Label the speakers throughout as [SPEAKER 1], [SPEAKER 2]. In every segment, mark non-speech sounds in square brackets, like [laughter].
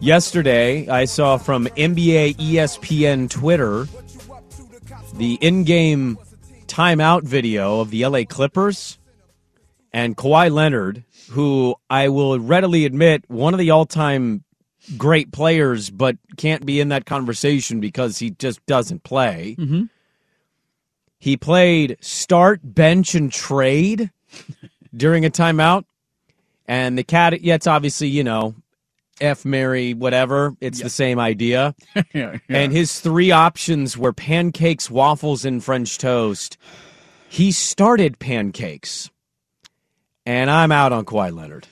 [SPEAKER 1] Yesterday, I saw from NBA ESPN Twitter the in game timeout video of the LA Clippers and Kawhi Leonard, who I will readily admit, one of the all time great players, but can't be in that conversation because he just doesn't play.
[SPEAKER 2] Mhm.
[SPEAKER 1] He played start, bench, and trade during a timeout. And the cat, yeah, it's obviously, you know, F, Mary, whatever. It's the same idea.
[SPEAKER 2] yeah,
[SPEAKER 1] And his three options were pancakes, waffles, and French toast. He started pancakes. And I'm out on Kawhi Leonard.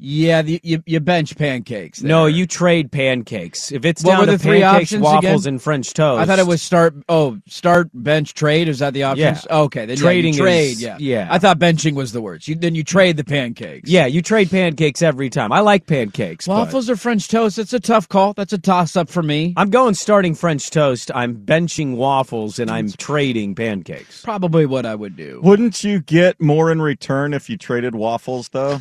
[SPEAKER 2] yeah the, you, you bench pancakes. there.
[SPEAKER 1] No, you trade pancakes. If it's
[SPEAKER 2] What
[SPEAKER 1] down
[SPEAKER 2] were
[SPEAKER 1] to
[SPEAKER 2] the three
[SPEAKER 1] pancakes,
[SPEAKER 2] options
[SPEAKER 1] waffles,
[SPEAKER 2] again?
[SPEAKER 1] and French toast,
[SPEAKER 2] I thought it was start. Oh, start bench trade. Is that the options? Okay, then yeah, you
[SPEAKER 1] Trading is-
[SPEAKER 2] trade. yeah,
[SPEAKER 1] yeah.
[SPEAKER 2] I thought benching was the words. You, then you trade the pancakes.
[SPEAKER 1] Yeah, you trade pancakes every time. I like pancakes. but
[SPEAKER 2] waffles or French toast. It's a tough call. That's a toss up for me.
[SPEAKER 1] I'm going starting French toast. I'm benching waffles, and I'm trading pancakes.
[SPEAKER 2] Probably what I would do.
[SPEAKER 3] Wouldn't you get more in return if you traded waffles,
[SPEAKER 1] [laughs]
[SPEAKER 3] though?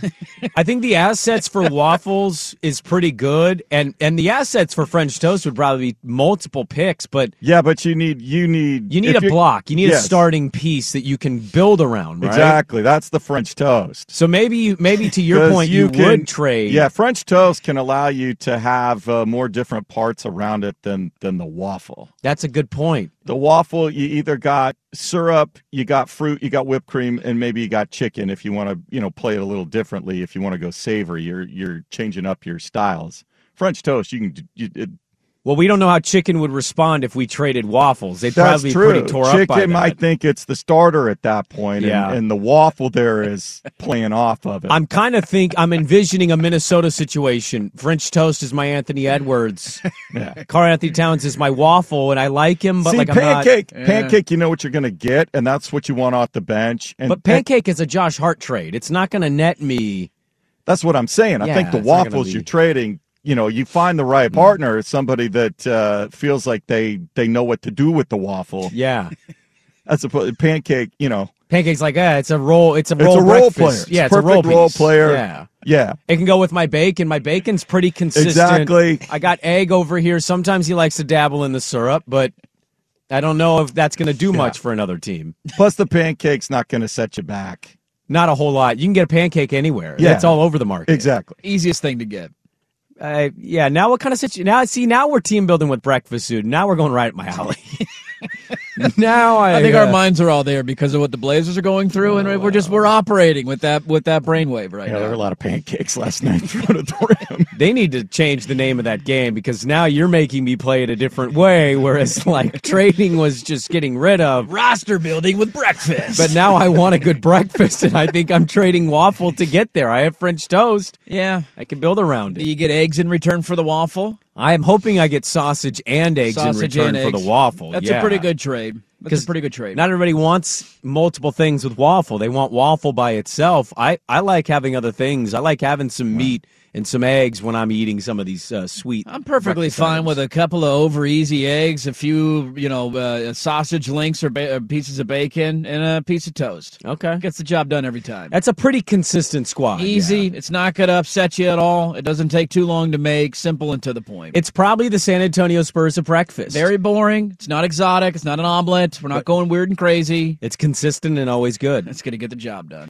[SPEAKER 1] I think the assets for waffles is pretty good, and and the assets for French toast would probably be multiple picks, but.
[SPEAKER 3] yeah, but you need you need
[SPEAKER 1] You need
[SPEAKER 3] if
[SPEAKER 1] a
[SPEAKER 3] you-
[SPEAKER 1] block. You need a
[SPEAKER 3] Yes.
[SPEAKER 1] starting piece that you can build around, right?
[SPEAKER 3] Exactly. That's the French toast.
[SPEAKER 1] So maybe, you, maybe to your
[SPEAKER 3] 'Cause
[SPEAKER 1] point, you,
[SPEAKER 3] can-
[SPEAKER 1] would trade.
[SPEAKER 3] Yeah, French toast can allow you to have uh, more different parts around it than than the waffle.
[SPEAKER 1] that's a good point.
[SPEAKER 3] The waffle, you either got syrup, you got fruit, you got whipped cream, and maybe you got chicken. If you want to, you know, play it a little differently. If you want to go savory, you're you're changing up your styles. French toast, you can. d- You, it,
[SPEAKER 1] Well, we don't know how chicken would respond if we traded waffles. They'd
[SPEAKER 3] that's
[SPEAKER 1] probably be
[SPEAKER 3] true.
[SPEAKER 1] pretty tore
[SPEAKER 3] chicken
[SPEAKER 1] up by that.
[SPEAKER 3] might think it's the starter at that point, and-
[SPEAKER 1] Yeah.
[SPEAKER 3] and, the waffle there is playing off of it.
[SPEAKER 1] I'm kind of think I'm envisioning a Minnesota situation. French toast is my Anthony
[SPEAKER 3] [laughs]
[SPEAKER 1] Edwards.
[SPEAKER 3] Yeah.
[SPEAKER 1] Carl Anthony Towns is my waffle, and I like him, but
[SPEAKER 3] See,
[SPEAKER 1] like I'm not.
[SPEAKER 3] pancake,
[SPEAKER 2] Yeah.
[SPEAKER 3] pancake. You know what you're going to get, and that's what you want off the bench. And,
[SPEAKER 1] But
[SPEAKER 3] and
[SPEAKER 1] pancake is a Josh Hart trade. It's not going to net me.
[SPEAKER 3] that's what I'm saying. I
[SPEAKER 1] Yeah,
[SPEAKER 3] think the
[SPEAKER 1] it's not gonna
[SPEAKER 3] waffles
[SPEAKER 1] be- Mm.
[SPEAKER 3] you're trading, you know, you find the right partner, somebody that uh, feels like they they know what to do with the waffle, [laughs]
[SPEAKER 1] Yeah,
[SPEAKER 3] as opposed pancake. You know,
[SPEAKER 1] pancake's like, eh, it's a roll. It's a
[SPEAKER 3] It's
[SPEAKER 1] roll.
[SPEAKER 3] a role
[SPEAKER 1] breakfast.
[SPEAKER 3] player. It's
[SPEAKER 1] Yeah, it's a
[SPEAKER 3] perfect
[SPEAKER 1] roll, piece.
[SPEAKER 3] role player.
[SPEAKER 1] Yeah,
[SPEAKER 3] yeah,
[SPEAKER 1] it can go with my bacon. My bacon's pretty consistent.
[SPEAKER 3] exactly.
[SPEAKER 1] I got egg over here. Sometimes he likes to dabble in the syrup, but I don't know if that's going to do much for another team.
[SPEAKER 3] Plus, the pancake's not going to set you back.
[SPEAKER 1] Not a whole lot. You can get a pancake anywhere.
[SPEAKER 3] Yeah.
[SPEAKER 1] That's all over the market.
[SPEAKER 3] Exactly.
[SPEAKER 2] Easiest thing to get.
[SPEAKER 1] Uh, yeah. Now what kind of situation? Now see. Now we're team building with breakfast food. Now we're going right at my alley. [laughs] now I,
[SPEAKER 2] I think our
[SPEAKER 1] uh,
[SPEAKER 2] minds are all there because of what the Blazers are going through, and we're just we're operating with that with that brainwave right
[SPEAKER 3] Yeah, there were
[SPEAKER 2] now.
[SPEAKER 3] a lot of pancakes last [laughs] night in front of the rim.
[SPEAKER 1] They need to change the name of that game because now you're making me play it a different way, whereas like [laughs] trading was just getting rid of.
[SPEAKER 2] Roster building with breakfast.
[SPEAKER 1] [laughs]
[SPEAKER 2] [laughs]
[SPEAKER 1] But now I want a good breakfast, and I think I'm trading waffle to get there. I have French toast.
[SPEAKER 2] yeah,
[SPEAKER 1] I can build around
[SPEAKER 2] do
[SPEAKER 1] it.
[SPEAKER 2] you get eggs in return for the waffle?
[SPEAKER 1] I am hoping I get sausage and eggs
[SPEAKER 2] Sausage
[SPEAKER 1] in return
[SPEAKER 2] and
[SPEAKER 1] for
[SPEAKER 2] eggs.
[SPEAKER 1] the waffle.
[SPEAKER 2] That's
[SPEAKER 1] Yeah.
[SPEAKER 2] a pretty good trade. That's
[SPEAKER 1] 'Cause
[SPEAKER 2] a pretty good trade.
[SPEAKER 1] Not everybody wants multiple things with waffle. They want waffle by itself. I, I like having other things. I like having some meat and some eggs when I'm eating some of these uh, sweet.
[SPEAKER 2] I'm perfectly
[SPEAKER 1] breakfast
[SPEAKER 2] fine
[SPEAKER 1] items.
[SPEAKER 2] with a couple of over easy eggs, a few you know uh, sausage links or, ba- or pieces of bacon, and a piece of toast.
[SPEAKER 1] Okay.
[SPEAKER 2] Gets the job done every time.
[SPEAKER 1] That's a pretty consistent squad.
[SPEAKER 2] Easy.
[SPEAKER 1] yeah.
[SPEAKER 2] It's not going to upset you at all. It doesn't take too long to make. Simple and to the point.
[SPEAKER 1] It's probably the San Antonio Spurs of breakfast.
[SPEAKER 2] Very boring. It's not exotic. It's not an omelet. We're not going weird and crazy.
[SPEAKER 1] It's consistent and always good.
[SPEAKER 2] It's going to get the job done.